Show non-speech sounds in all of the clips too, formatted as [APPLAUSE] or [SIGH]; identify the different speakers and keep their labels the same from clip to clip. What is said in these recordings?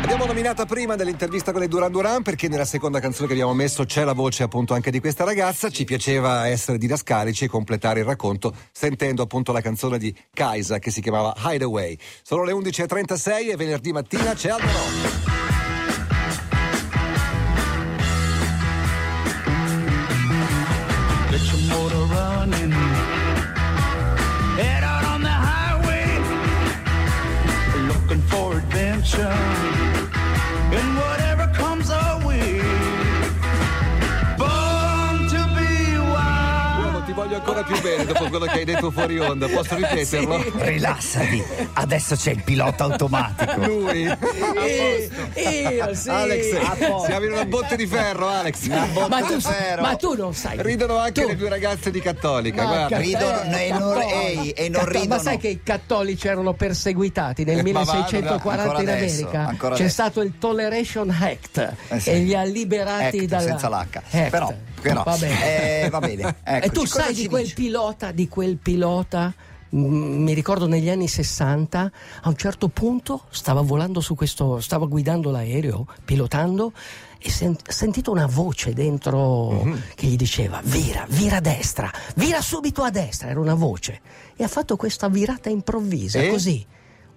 Speaker 1: L'abbiamo nominata prima nell'intervista con le Duran Duran perché nella seconda canzone che abbiamo messo c'è la voce appunto anche di questa ragazza. Ci piaceva essere didascalici e completare il racconto sentendo appunto la canzone di Kaisa che si chiamava Hideaway. Sono le 11.36 e venerdì mattina c'è Aldo Rock.
Speaker 2: Get your motor running. Head out on the highway. Looking for adventure. And whatever comes our way. Born to be
Speaker 1: Uomo,
Speaker 2: wild.
Speaker 1: ti voglio ancora più bene dopo quello che hai detto fuori onda. [LAUGHS] Posso ripeterlo?
Speaker 3: Rilassati, adesso c'è il pilota automatico.
Speaker 1: Lui.
Speaker 4: Eh,
Speaker 3: Eh,
Speaker 4: Io sì. A
Speaker 3: Ah,
Speaker 1: Alex,
Speaker 4: posto.
Speaker 1: siamo in una botte di ferro, Alex.
Speaker 4: eh.
Speaker 3: boh,
Speaker 4: ma, tu, ma tu non sai.
Speaker 1: Ridono anche
Speaker 4: Tu.
Speaker 1: le due ragazze di Cattolica.
Speaker 4: Ma
Speaker 1: guarda.
Speaker 4: ca-
Speaker 3: Ridono
Speaker 4: eh,
Speaker 3: e non-
Speaker 4: cattolici.
Speaker 3: ehi, e non
Speaker 4: Cattol-
Speaker 3: ridono.
Speaker 4: Ma sai che i cattolici erano perseguitati nel
Speaker 1: Eh, ma vada,
Speaker 4: 1640 in
Speaker 3: ancora adesso,
Speaker 4: America?
Speaker 3: ancora
Speaker 4: C'è
Speaker 3: adesso.
Speaker 4: stato il Toleration Act
Speaker 3: Eh sì.
Speaker 4: e li ha liberati
Speaker 3: Act,
Speaker 4: Ecco, dalla
Speaker 3: Ecco, senza l'H.
Speaker 4: Act.
Speaker 3: Però, però,
Speaker 4: va bene.
Speaker 3: eh, va bene,
Speaker 4: [LAUGHS] e
Speaker 3: eccoci.
Speaker 4: tu
Speaker 3: Cosa
Speaker 4: sai
Speaker 3: ci
Speaker 4: di quel
Speaker 3: dici?
Speaker 4: pilota, di quel pilota mm, mi ricordo negli anni 60, a un certo punto stava volando su questo, stava guidando l'aereo, pilotando e sen- ha sentito una voce dentro che gli diceva vira, vira a destra, vira subito a destra, era una voce e ha fatto questa virata improvvisa
Speaker 1: E?
Speaker 4: così.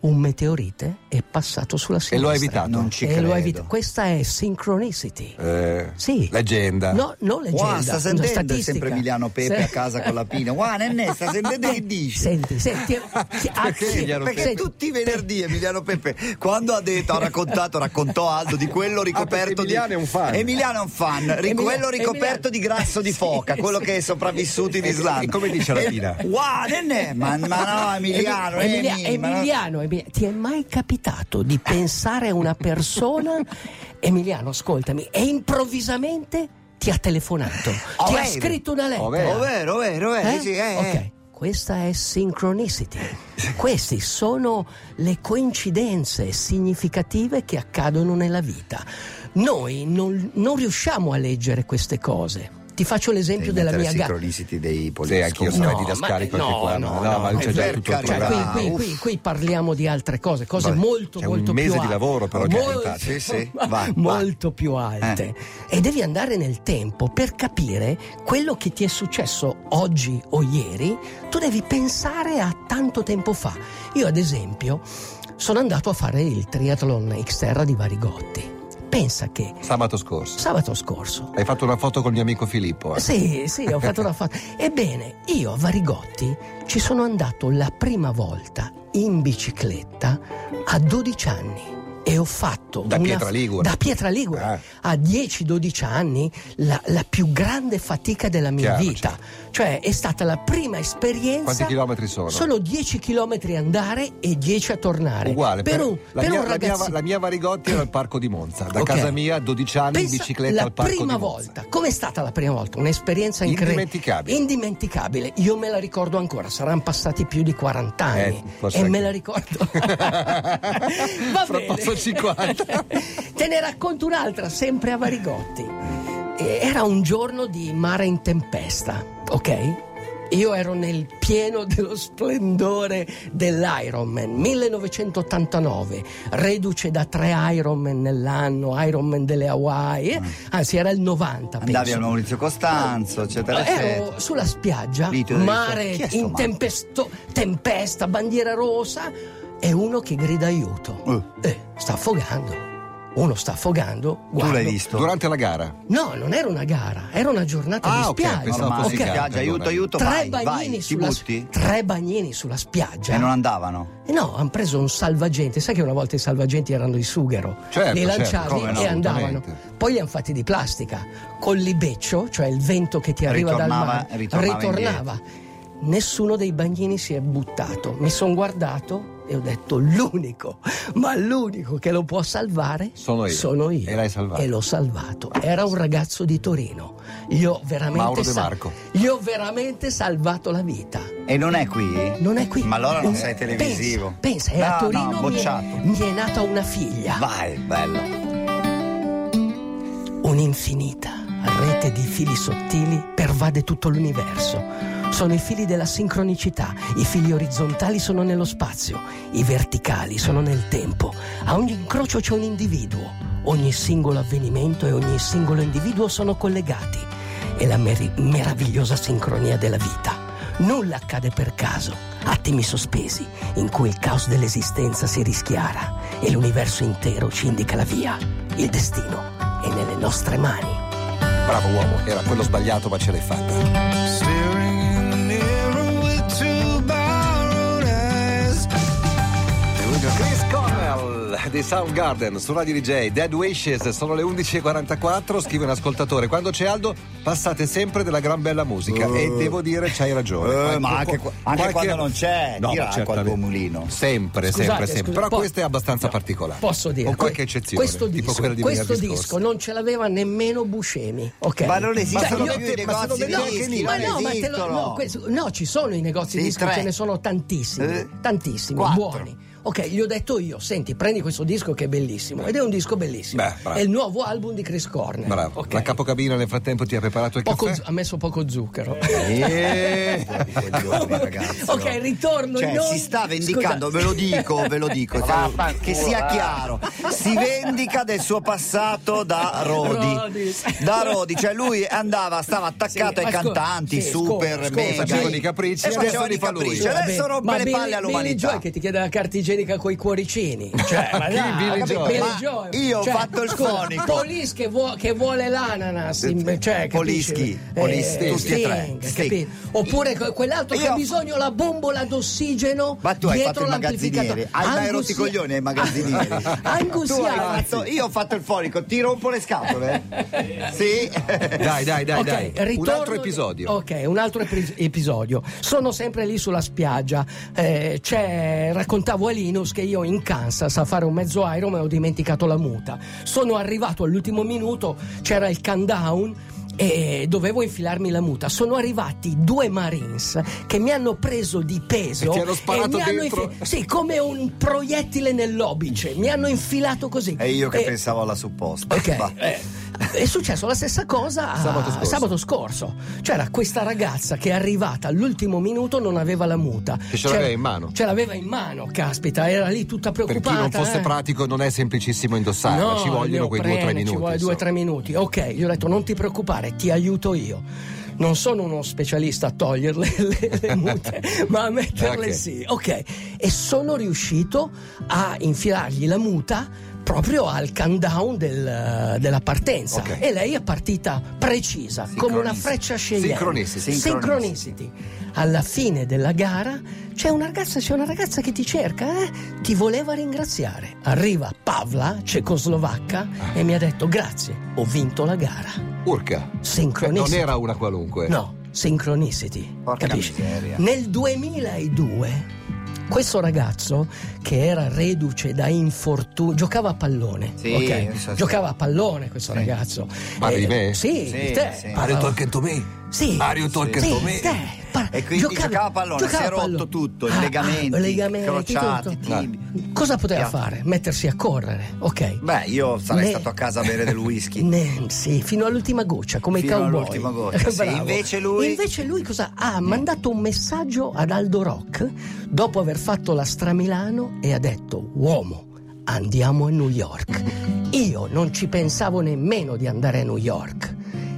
Speaker 4: Un meteorite è passato sulla sinistra.
Speaker 1: E lo ha evitato?
Speaker 3: Non ci
Speaker 4: E
Speaker 3: credo.
Speaker 4: Eh, lo ha evitato. Questa è synchronicity.
Speaker 1: Eh,
Speaker 4: Sì.
Speaker 1: Leggenda.
Speaker 4: No, non leggenda.
Speaker 3: Wow, sta
Speaker 4: una
Speaker 3: sentendo
Speaker 4: statistica.
Speaker 3: sempre Emiliano Pepe
Speaker 4: Se-
Speaker 3: a casa con la Pina. Wow, Nenne, sta sentendo che
Speaker 4: [LAUGHS]
Speaker 3: dice?
Speaker 4: Senti, senti.
Speaker 1: [LAUGHS]
Speaker 4: ti- ah,
Speaker 1: Perché
Speaker 4: sì,
Speaker 1: Emiliano
Speaker 3: Perché
Speaker 1: Pepe?
Speaker 4: senti,
Speaker 3: tutti i venerdì Emiliano Pepe, quando ha detto, ha raccontato, raccontò Aldo di quello ricoperto
Speaker 1: Ah, perché Emiliano
Speaker 3: di.
Speaker 1: è un fan.
Speaker 3: Emiliano è un fan, ri-
Speaker 4: Emiliano-
Speaker 3: quello ricoperto
Speaker 4: Emiliano-
Speaker 3: di grasso di
Speaker 4: Sì,
Speaker 3: foca, quello
Speaker 4: sì.
Speaker 3: che è sopravvissuto in Islanda.
Speaker 1: e come dice la
Speaker 3: E-
Speaker 1: Pina?
Speaker 3: Wow, Nenne, ma, ma no, Emiliano,
Speaker 4: Emilia-
Speaker 3: Emi, ma no.
Speaker 4: Emiliano, Emiliano, ti è mai capitato di pensare a una
Speaker 3: [LAUGHS]
Speaker 4: persona? Emiliano, ascoltami, e improvvisamente ti ha telefonato, ti ha
Speaker 3: Ovvero.
Speaker 4: scritto una lettera.
Speaker 1: Ovvero.
Speaker 3: Ovvero, ovvero, ovvero,
Speaker 4: Eh?
Speaker 3: sì, eh, eh.
Speaker 4: ok, questa è synchronicity. Queste sono le coincidenze significative che accadono nella vita. Noi non, non riusciamo a leggere queste cose. Ti faccio l'esempio della mia
Speaker 3: Mettere
Speaker 4: gatta.
Speaker 3: sincronicity dei
Speaker 1: Sì,
Speaker 3: poliziotti.
Speaker 1: anch'io sarei
Speaker 4: No,
Speaker 1: di Dascari
Speaker 4: ma-
Speaker 1: qualche
Speaker 4: no,
Speaker 1: qua.
Speaker 4: no,
Speaker 1: No,
Speaker 4: no,
Speaker 1: ma lì c'è
Speaker 3: per
Speaker 1: già tutto il
Speaker 3: carità.
Speaker 4: Cioè,
Speaker 1: programma.
Speaker 4: qui, qui, qui, qui parliamo di altre cose, cose
Speaker 3: Vabbè,
Speaker 4: molto,
Speaker 1: c'è un
Speaker 4: molto
Speaker 1: mese
Speaker 4: più
Speaker 1: di
Speaker 4: alte.
Speaker 1: lavoro però che
Speaker 4: Molto-
Speaker 1: avete
Speaker 4: [LAUGHS]
Speaker 3: Sì, sì, vai,
Speaker 4: molto più alte. E devi andare nel tempo per capire quello che ti è successo oggi o ieri, tu devi pensare a tanto tempo fa. Io, ad esempio, sono andato a fare il triathlon Xterra di Varigotti. Pensa che
Speaker 1: Sabato scorso.
Speaker 4: sabato scorso
Speaker 1: Hai fatto una foto con il mio amico Filippo. eh?
Speaker 4: sì, sì, ho fatto una foto. Ebbene, io a Varigotti ci sono andato la prima volta in bicicletta a 12 anni e ho fatto
Speaker 1: Da
Speaker 4: una-
Speaker 1: Pietraligure.
Speaker 4: da Pietraligure
Speaker 1: Ah.
Speaker 4: a 10-12 anni la, la più grande fatica della mia
Speaker 1: Chiaro, certo.
Speaker 4: vita. Cioè, è stata la prima esperienza
Speaker 1: Quanti chilometri sono?
Speaker 4: Sono 10 chilometri andare e 10 a tornare.
Speaker 1: Uguale,
Speaker 4: per,
Speaker 1: per-
Speaker 4: un,
Speaker 1: la,
Speaker 4: per
Speaker 1: mia,
Speaker 4: un
Speaker 1: la mia-
Speaker 4: ragazzo-
Speaker 1: la mia Varigotti era al parco di Monza. Da
Speaker 4: Ok.
Speaker 1: casa mia, a 12 anni, in
Speaker 4: Pensa
Speaker 1: bicicletta
Speaker 4: la
Speaker 1: al parco
Speaker 4: prima
Speaker 1: di Monza.
Speaker 4: volta. Com'è stata la prima volta? Un'esperienza incredibile.
Speaker 1: Indimenticabile.
Speaker 4: Indimenticabile. Io me la ricordo ancora, saranno passati più di 40 anni
Speaker 1: Eh, forse
Speaker 4: e
Speaker 1: anche-
Speaker 4: me la
Speaker 1: [LAUGHS]
Speaker 4: ricordo. [LAUGHS] Va
Speaker 1: Fra
Speaker 4: bene.
Speaker 1: poco 50.
Speaker 4: [LAUGHS] Te ne racconto un'altra, sempre a Varigotti. E- Era un giorno di mare in tempesta, ok? Io ero nel pieno dello splendore dell'Ironman 1989, reduce da tre Ironman nell'anno, Ironman delle Hawaii, eh, anzi era il 90
Speaker 3: Mm. Andavi
Speaker 4: penso.
Speaker 3: al Maurizio Costanzo,
Speaker 4: Eh,
Speaker 3: eccetera, eccetera.
Speaker 4: Ero oh, sulla spiaggia,
Speaker 3: Lì ti ho detto,
Speaker 4: mare
Speaker 3: "Chi è sto
Speaker 4: in
Speaker 3: Marco?"
Speaker 4: tempesto- tempesta, bandiera rossa e uno che grida aiuto. Eh, sta affogando. Uno sta affogando.
Speaker 3: Tu
Speaker 4: guardo-
Speaker 3: l'hai visto?
Speaker 1: Durante la gara.
Speaker 4: No, non era una gara, era una giornata
Speaker 1: Ah,
Speaker 4: di
Speaker 1: ok,
Speaker 4: spiaggia.
Speaker 1: pensavo
Speaker 3: Normale,
Speaker 1: fosse
Speaker 4: Ok.
Speaker 1: in
Speaker 3: spiaggia,
Speaker 1: allora.
Speaker 3: aiuto, aiuto,
Speaker 4: Tre
Speaker 3: vai,
Speaker 4: bagnini,
Speaker 3: vai, ti
Speaker 4: sulla,
Speaker 3: butti?
Speaker 4: tre bagnini sulla spiaggia.
Speaker 3: E non andavano?
Speaker 4: Eh no, hanno preso un salvagente. Sai che una volta i salvagenti erano di sughero?
Speaker 1: Certo,
Speaker 4: li
Speaker 1: certo,
Speaker 4: lanciavi
Speaker 1: come no,
Speaker 4: e andavano.
Speaker 1: assolutamente.
Speaker 4: Poi li hanno fatti di plastica. Col libeccio, cioè il vento che ti arriva
Speaker 3: Ritornava-
Speaker 4: dal mare,
Speaker 3: ritornava
Speaker 4: ritornava. Nessuno dei bagnini si è buttato. Mi sono guardato e ho detto: l'unico, ma l'unico che lo può salvare
Speaker 1: Sono io.
Speaker 4: io.
Speaker 1: E l'hai salvato.
Speaker 4: E l'ho salvato. Era un ragazzo di Torino. Gli ho veramente,
Speaker 1: Mauro De
Speaker 4: sal-
Speaker 1: Marco.
Speaker 4: gli ho veramente salvato la vita.
Speaker 3: E non è qui?
Speaker 4: Non è qui.
Speaker 3: Ma allora non
Speaker 4: Eh,
Speaker 3: sei televisivo.
Speaker 4: Pensa, pensa, è
Speaker 3: No,
Speaker 4: a
Speaker 3: no,
Speaker 4: Torino mi, è,
Speaker 3: bocciato.
Speaker 4: mi è nata una figlia.
Speaker 3: Vai, bello.
Speaker 4: Un'infinita rete di fili sottili pervade tutto l'universo. Sono i fili della sincronicità, i fili orizzontali sono nello spazio, i verticali sono nel tempo. A ogni incrocio c'è un individuo, ogni singolo avvenimento e ogni singolo individuo sono collegati. È la meri- meravigliosa sincronia della vita. Nulla accade per caso, attimi sospesi in cui il caos dell'esistenza si rischiara e l'universo intero ci indica la via. Il destino è nelle nostre mani.
Speaker 1: Bravo uomo, era quello sbagliato ma ce l'hai fatta.
Speaker 2: Staring in the mirror with two borrowed eyes.
Speaker 1: Chris Cornell di Soundgarden su Radio DJ, Dead Wishes, sono le 11.44, scrive un ascoltatore. Quando c'è Aldo passate sempre della gran bella musica
Speaker 3: Eh.
Speaker 1: e devo dire c'hai ragione.
Speaker 3: Eh,
Speaker 1: Qualche-
Speaker 3: ma anche qua- anche quando non c'è,
Speaker 1: ma
Speaker 3: tira acqua al
Speaker 1: certamente.
Speaker 3: tuo mulino.
Speaker 1: Sempre,
Speaker 4: Scusate,
Speaker 1: sempre, sempre.
Speaker 4: scusa-
Speaker 1: Però
Speaker 4: po-
Speaker 1: questo è abbastanza
Speaker 4: no,
Speaker 1: particolare.
Speaker 4: Posso dire
Speaker 1: Con qualche
Speaker 4: que-
Speaker 1: eccezione,
Speaker 4: Questo
Speaker 1: tipo
Speaker 4: disco,
Speaker 1: quella di
Speaker 4: questo
Speaker 1: venerdì
Speaker 4: disco
Speaker 1: scorso.
Speaker 4: non ce l'aveva nemmeno Buscemi, ok?
Speaker 3: Ma non esistono
Speaker 4: Cioè, io-
Speaker 3: più i
Speaker 1: ma se lo
Speaker 3: negozi di
Speaker 1: vedo anche
Speaker 3: dischi,
Speaker 1: lì.
Speaker 4: ma
Speaker 3: non
Speaker 4: no, ma te lo-
Speaker 3: esistono.
Speaker 4: no, questo- no, ci sono i negozi di
Speaker 3: Sì,
Speaker 4: dischi,
Speaker 3: tre.
Speaker 4: ce ne sono tantissimi,
Speaker 3: Eh,
Speaker 4: tantissimi,
Speaker 3: quattro.
Speaker 4: buoni. Ok, gli ho detto io, senti, prendi questo disco che è bellissimo, ed è un disco bellissimo.
Speaker 1: Beh, bravo.
Speaker 4: è il nuovo album di Chris Cornell.
Speaker 1: Bravo.
Speaker 4: ok?
Speaker 1: La capocabina nel frattempo ti ha preparato il
Speaker 4: Poco
Speaker 1: caffè?
Speaker 4: zu- ha messo poco zucchero. [LAUGHS]
Speaker 3: Eh, coglione, ragazzi, no.
Speaker 4: ok, ritorno
Speaker 3: Cioè,
Speaker 4: in
Speaker 3: si sta vendicando,
Speaker 4: Scusa.
Speaker 3: ve lo dico, ve lo
Speaker 1: [LAUGHS]
Speaker 3: dico, cioè, che sia
Speaker 1: eh.
Speaker 3: chiaro, si vendica del suo passato da Rodi.
Speaker 4: Rodi.
Speaker 3: Da Rodi, cioè lui andava, stava attaccato
Speaker 4: Sì,
Speaker 3: ai
Speaker 4: ma scusa,
Speaker 3: cantanti,
Speaker 4: sì,
Speaker 3: super,
Speaker 4: scusa,
Speaker 3: mega.
Speaker 4: scusa,
Speaker 1: facevano i capricci,
Speaker 3: e
Speaker 1: adesso
Speaker 3: facevano
Speaker 1: li
Speaker 3: i
Speaker 1: fa
Speaker 3: capricci,
Speaker 1: lui.
Speaker 3: Cioè, adesso rompe
Speaker 4: ma
Speaker 3: le
Speaker 4: Billy-
Speaker 3: palle
Speaker 4: Billy Joy
Speaker 3: all'umanità.
Speaker 4: che ti chiede la carta igienica con i
Speaker 3: [LAUGHS]
Speaker 4: cuoricini. Cioè, ma
Speaker 1: Chi
Speaker 4: dai,
Speaker 1: Billy
Speaker 4: capito?
Speaker 1: Joy?
Speaker 4: Billy
Speaker 3: Ma
Speaker 4: Joy.
Speaker 3: io ho fatto il
Speaker 4: Cioè, scusa,
Speaker 3: fonico.
Speaker 4: Polis che, vuo- che vuole l'ananas. in- Cioè, capisci?
Speaker 3: Polischi, Polischi,
Speaker 4: Eh,
Speaker 3: tutti e tre.
Speaker 4: Sting,
Speaker 3: Sting.
Speaker 4: capito? Oppure que- quell'altro che
Speaker 3: Io-
Speaker 4: ha bisogno la bombola d'ossigeno
Speaker 3: Ma tu hai
Speaker 4: dietro
Speaker 3: fatto il
Speaker 4: l'amplificatore.
Speaker 3: magazziniere, hai mai
Speaker 4: Angus-
Speaker 3: rotto i coglioni ai magazzinieri.
Speaker 4: [LAUGHS] Angus
Speaker 3: Tu hai
Speaker 4: Young.
Speaker 3: fatto- io ho fatto il fonico, ti rompo le scatole? sì?
Speaker 1: Dai, dai, dai,
Speaker 4: Ok,
Speaker 1: dai. Un
Speaker 4: ritorno-
Speaker 1: altro episodio.
Speaker 4: Ok, un altro epi- episodio. Sono sempre lì sulla spiaggia. Eh, c'è, raccontavo a Linus che io in Kansas a fare un mezzo Iron e ho dimenticato la muta. Sono arrivato all'ultimo minuto, c'era il countdown. E dovevo infilarmi la muta. Sono arrivati due Marines che mi hanno preso di peso
Speaker 1: E ti hanno sparato
Speaker 4: mi hanno
Speaker 1: dentro?
Speaker 4: sì, come un proiettile nell'obice. Mi hanno infilato così. Eh,
Speaker 3: E io
Speaker 1: Eh.
Speaker 3: che pensavo alla supposta.
Speaker 4: Ok.
Speaker 3: Va.
Speaker 4: eh, È successo la stessa cosa a-
Speaker 1: Sabato scorso.
Speaker 4: sabato scorso. C'era questa ragazza che è arrivata all'ultimo minuto, non aveva la muta.
Speaker 1: Che ce l'aveva in mano.
Speaker 4: Ce l'aveva in mano, caspita, era lì tutta
Speaker 1: Per
Speaker 4: preoccupata.
Speaker 1: chi non fosse
Speaker 4: eh.
Speaker 1: pratico non è semplicissimo indossarla,
Speaker 4: No,
Speaker 1: ci
Speaker 4: ne ho
Speaker 1: vogliono quei due o tre
Speaker 4: prene,
Speaker 1: minuti.
Speaker 4: Ci vuole due o
Speaker 1: insomma.
Speaker 4: tre minuti. Ok, gli ho detto non ti preoccupare, ti aiuto io. Non sono uno specialista a toglierle le, le
Speaker 1: [LAUGHS]
Speaker 4: mute, ma a metterle
Speaker 1: Ok.
Speaker 4: sì. Ok, e sono riuscito a infilargli la muta proprio al countdown del- della partenza.
Speaker 1: Ok.
Speaker 4: E lei è partita precisa, come una freccia scegliente.
Speaker 1: Sincronicity.
Speaker 4: Sincronicity. Alla fine della gara c'è una ragazza, c'è una ragazza che ti cerca, eh? ti voleva ringraziare. Arriva Pavla, cecoslovacca,
Speaker 3: Ah.
Speaker 4: e mi ha detto grazie, ho vinto la gara.
Speaker 1: Urca. Cioè,
Speaker 4: Sincronicity.
Speaker 1: non era una qualunque.
Speaker 4: No, Synchronicity.
Speaker 3: Porca
Speaker 4: capisci?
Speaker 3: miseria.
Speaker 4: Nel 2002 questo ragazzo che era reduce da infortuni giocava a pallone,
Speaker 3: Sì,
Speaker 4: ok?
Speaker 3: so-
Speaker 4: giocava a pallone questo ragazzo. Eh,
Speaker 1: Parli di me?
Speaker 4: Sì,
Speaker 3: Sì,
Speaker 4: di te.
Speaker 3: sì.
Speaker 4: Parla-
Speaker 1: to me.
Speaker 4: Sì.
Speaker 1: Mario Tolkien
Speaker 4: Sì,
Speaker 1: to me.
Speaker 4: te. Parla-
Speaker 3: E quindi giocava a pallone,
Speaker 4: giocava
Speaker 3: si è
Speaker 4: a pallone.
Speaker 3: rotto tutto, i
Speaker 4: Ah,
Speaker 3: legamenti,
Speaker 4: ah, legamenti,
Speaker 3: crociati,
Speaker 4: tutto.
Speaker 3: tibia.
Speaker 4: Cosa poteva
Speaker 3: Piatto.
Speaker 4: fare? Mettersi a correre, ok?
Speaker 3: Beh, io sarei
Speaker 4: Ne-
Speaker 3: stato a casa a bere del
Speaker 1: [LAUGHS]
Speaker 3: whisky.
Speaker 4: Ne- sì, fino all'ultima goccia, come
Speaker 3: Fino
Speaker 4: i cowboy.
Speaker 3: all'ultima goccia,
Speaker 4: [LAUGHS]
Speaker 3: sì.
Speaker 4: Bravo.
Speaker 3: Invece lui-
Speaker 4: Invece lui cosa? Ha mandato un messaggio ad Aldo Rock dopo aver fatto la Stramilano e ha detto: Uomo, andiamo a New
Speaker 3: [LAUGHS]
Speaker 4: York. Io non ci pensavo nemmeno di andare a New York.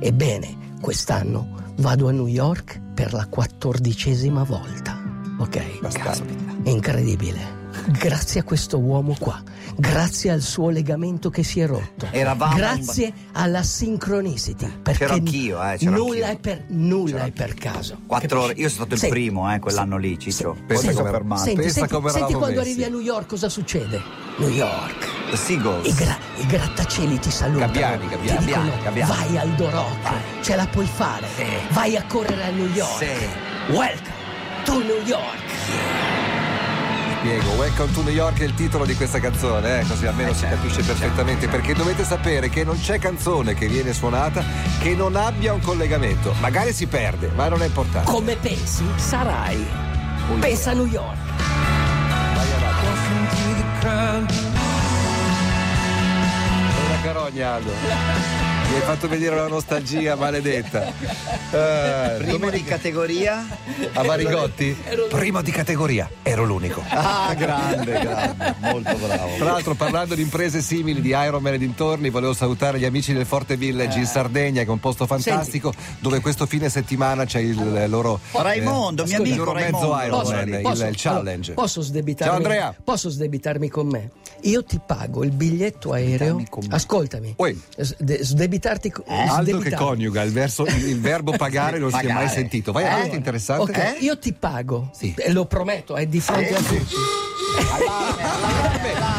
Speaker 4: Ebbene, quest'anno vado a New York per la quattordicesima volta. Ok?
Speaker 1: Bastardo.
Speaker 4: Incredibile. Grazie a questo uomo qua, grazie al suo legamento che si è rotto,
Speaker 3: Eravamo-
Speaker 4: grazie alla sincronicity. Perché
Speaker 3: C'ero anch'io, eh, c'ero
Speaker 4: nulla
Speaker 3: anch'io.
Speaker 4: è per, nulla
Speaker 3: C'ero
Speaker 4: è per caso.
Speaker 3: Quattro
Speaker 4: capisci?
Speaker 3: ore, io sono stato il
Speaker 4: Senti,
Speaker 3: primo eh, quell'anno lì, Ciccio.
Speaker 4: Sì.
Speaker 3: Poi
Speaker 1: Sì.
Speaker 3: mi sono
Speaker 1: Sì.
Speaker 3: fermato.
Speaker 4: Senti,
Speaker 1: pensa
Speaker 4: senti,
Speaker 1: come
Speaker 4: senti
Speaker 1: eravamo
Speaker 4: quando
Speaker 1: messi.
Speaker 4: arrivi a New York cosa succede? New York.
Speaker 3: The Seagulls.
Speaker 4: I, gra- i grattacieli ti salutano.
Speaker 1: Gabbiani, gabbiani,
Speaker 4: Ti dicono,
Speaker 3: gabbiani.
Speaker 4: Vai al Dorocco, ce la puoi fare.
Speaker 3: Sì.
Speaker 4: Vai a correre a New York.
Speaker 3: Sì.
Speaker 4: Welcome to New York.
Speaker 1: Spiego, Welcome to New York è il titolo di questa canzone, eh, così almeno
Speaker 4: certo,
Speaker 1: si capisce perfettamente, perché dovete sapere che non c'è canzone che viene suonata che non abbia un collegamento. Magari si perde, ma non è importante.
Speaker 4: Come pensi, sarai. Pensa a New York.
Speaker 1: Vai avanti.
Speaker 2: Walking through the crowd,
Speaker 1: Una carogna, Aldo. Mi hai fatto vedere la nostalgia maledetta. Eh,
Speaker 3: Primo di
Speaker 1: [LAUGHS]
Speaker 3: categoria.
Speaker 1: a Varigotti?
Speaker 4: Ero l'unico.
Speaker 1: Primo di categoria, ero l'unico.
Speaker 3: Ah, grande, grande, molto bravo.
Speaker 1: Tra l'altro, parlando di imprese simili di Iron Man e dintorni, volevo salutare gli amici del Forte Village
Speaker 3: Eh.
Speaker 1: in Sardegna, che è un posto fantastico, dove questo fine settimana c'è il eh, loro.
Speaker 3: Oh. Raimondo, mio
Speaker 1: il
Speaker 3: amico
Speaker 1: loro mezzo
Speaker 3: Raimondo.
Speaker 1: Iron Man, il- il challenge.
Speaker 4: Posso sdebitarmi?
Speaker 1: Ciao Andrea.
Speaker 4: Posso sdebitarmi con me? Io ti pago il biglietto aereo.
Speaker 3: Sdebitarmi con me. Eh,
Speaker 4: Ascoltami.
Speaker 1: Oi.
Speaker 4: S- de- sdebitarti con
Speaker 1: eh, Aldo che coniuga il, verso- il- il verbo pagare non si è mai
Speaker 3: Pagare.
Speaker 1: sentito. Vai
Speaker 3: Eh? Eh,
Speaker 1: avanti, interessante.
Speaker 4: Ok, io ti pago.
Speaker 1: Sì.
Speaker 4: Eh, Lo prometto, è di fronte a tutti.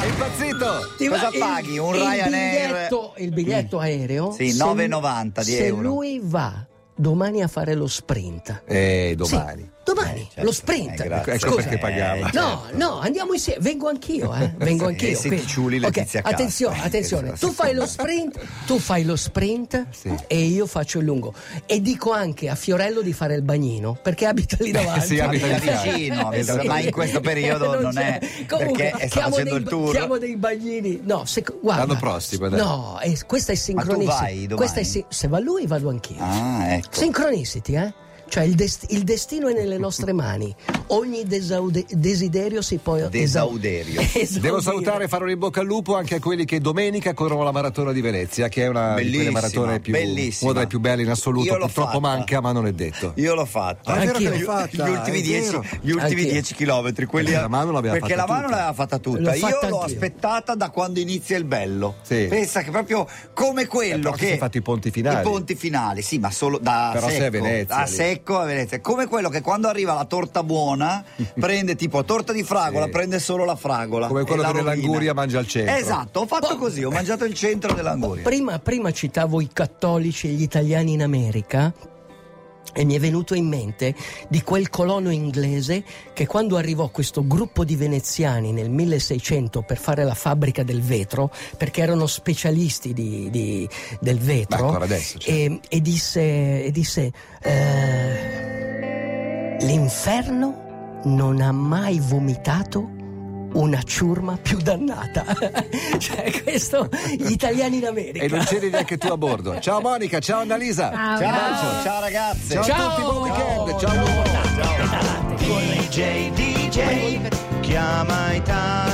Speaker 1: È impazzito!
Speaker 4: Ti
Speaker 3: Cosa
Speaker 4: va- il-
Speaker 3: paghi? Un
Speaker 4: il
Speaker 3: Ryanair? Mm.
Speaker 4: biglietto- il biglietto aereo?
Speaker 3: Sì,
Speaker 4: se-
Speaker 3: 9,90 di
Speaker 4: se
Speaker 3: euro.
Speaker 4: lui va domani a fare lo sprint.
Speaker 1: E
Speaker 4: Sì,
Speaker 1: domani.
Speaker 4: domani,
Speaker 3: Eh, certo.
Speaker 4: lo sprint.
Speaker 3: Eh, grazie. eh,
Speaker 1: Ecco perché pagava.
Speaker 4: No, no, andiamo insieme. Vengo anch'io,
Speaker 3: [LAUGHS]
Speaker 4: eh. Vengo
Speaker 3: Sì,
Speaker 4: anch'io.
Speaker 3: sì,
Speaker 4: qui.
Speaker 3: ti Certo. ciuli Eh,
Speaker 4: Ok,
Speaker 3: Letizia Casta.
Speaker 4: Attenzione, attenzione.
Speaker 1: Esatto.
Speaker 4: Tu fai lo sprint, tu fai lo sprint
Speaker 1: Sì.
Speaker 4: e io faccio il lungo. E dico anche a Fiorello di fare il bagnino, perché abita lì
Speaker 3: Eh,
Speaker 4: davanti.
Speaker 1: sì, abita
Speaker 4: [LAUGHS]
Speaker 1: lì
Speaker 3: vicino,
Speaker 4: Esatto.
Speaker 1: ma in
Speaker 4: [LAUGHS]
Speaker 3: questo periodo non è,
Speaker 4: c'è.
Speaker 3: perché sta
Speaker 4: chiamo
Speaker 3: facendo
Speaker 4: dei-
Speaker 3: il tour.
Speaker 4: Chiamo dei bagnini. No, se- guarda.
Speaker 1: L'anno prossimo, dai.
Speaker 4: No, eh, questa è sincronissima.
Speaker 3: vai domani?
Speaker 4: Questa è sin- se va lui vado anch'io.
Speaker 3: Ah, ecco.
Speaker 4: Sincronicity, eh? Cioè il, dest- il destino è nelle nostre mani. Ogni desaude- desiderio si può esau- [LAUGHS]
Speaker 3: Desauderio.
Speaker 4: esaudire.
Speaker 1: Devo salutare e fare un in bocca al lupo anche a quelli che domenica corrono la maratona di Venezia, che è una di quelle
Speaker 3: Bellissima,
Speaker 1: maratone più
Speaker 3: bellissima.
Speaker 1: una delle più belle in assoluto.
Speaker 3: Io l'ho
Speaker 1: Purtroppo
Speaker 3: fatta.
Speaker 1: manca, ma non è detto.
Speaker 3: Io l'ho fatto.
Speaker 1: Ah, è vero
Speaker 4: Anch'io.
Speaker 1: che l'hai fatta,
Speaker 3: gli ultimi
Speaker 1: è
Speaker 3: dieci,
Speaker 1: vero.
Speaker 3: gli ultimi
Speaker 4: Anch'io.
Speaker 3: 10 chilometri quelli
Speaker 1: Perché la mano l'aveva
Speaker 3: perché
Speaker 1: fatta
Speaker 3: la mano
Speaker 1: tutta.
Speaker 3: l'aveva fatta tutta
Speaker 4: L'ho
Speaker 3: io
Speaker 4: fatta
Speaker 3: l'ho
Speaker 4: anch'io.
Speaker 3: aspettata da quando inizia il bello
Speaker 1: Sì.
Speaker 3: pensa che proprio come
Speaker 1: Eh,
Speaker 3: quello
Speaker 1: però si
Speaker 3: che
Speaker 1: sono fatti i ponti finali.
Speaker 3: i ponti finali sì ma solo da
Speaker 1: Però sei
Speaker 3: secco
Speaker 1: a Venezia,
Speaker 3: a
Speaker 1: lì.
Speaker 3: secco a Venezia come quello che quando arriva la torta
Speaker 1: [LAUGHS]
Speaker 3: buona prende tipo torta di fragola
Speaker 1: Sì.
Speaker 3: prende solo la fragola
Speaker 1: Come
Speaker 3: e
Speaker 1: quello
Speaker 3: la
Speaker 1: che
Speaker 3: rovina.
Speaker 1: nell'anguria mangia al centro.
Speaker 3: esatto ho fatto così ho mangiato il centro dell'anguria
Speaker 4: Prima, prima citavo i cattolici e gli italiani in America. E mi è venuto in mente di quel colono inglese che quando arrivò questo gruppo di veneziani nel 1600 per fare la fabbrica del vetro, perché erano specialisti di- di- del
Speaker 1: Ma
Speaker 4: vetro,
Speaker 1: ancora adesso. cioè.
Speaker 4: e, e disse, e disse, eh, l'inferno non ha mai vomitato una ciurma più dannata. [LAUGHS] cioè, questo gli italiani in America.
Speaker 1: E non c'eri neanche tu a bordo. Ciao Monica, ciao Annalisa.
Speaker 5: Ciao.
Speaker 1: Un
Speaker 3: ciao,
Speaker 1: bacio.
Speaker 3: ciao ragazze
Speaker 1: Ciao, a tutti, buon weekend. Ciao.
Speaker 4: Ciao.
Speaker 2: DJ, DJ, chiama Italia.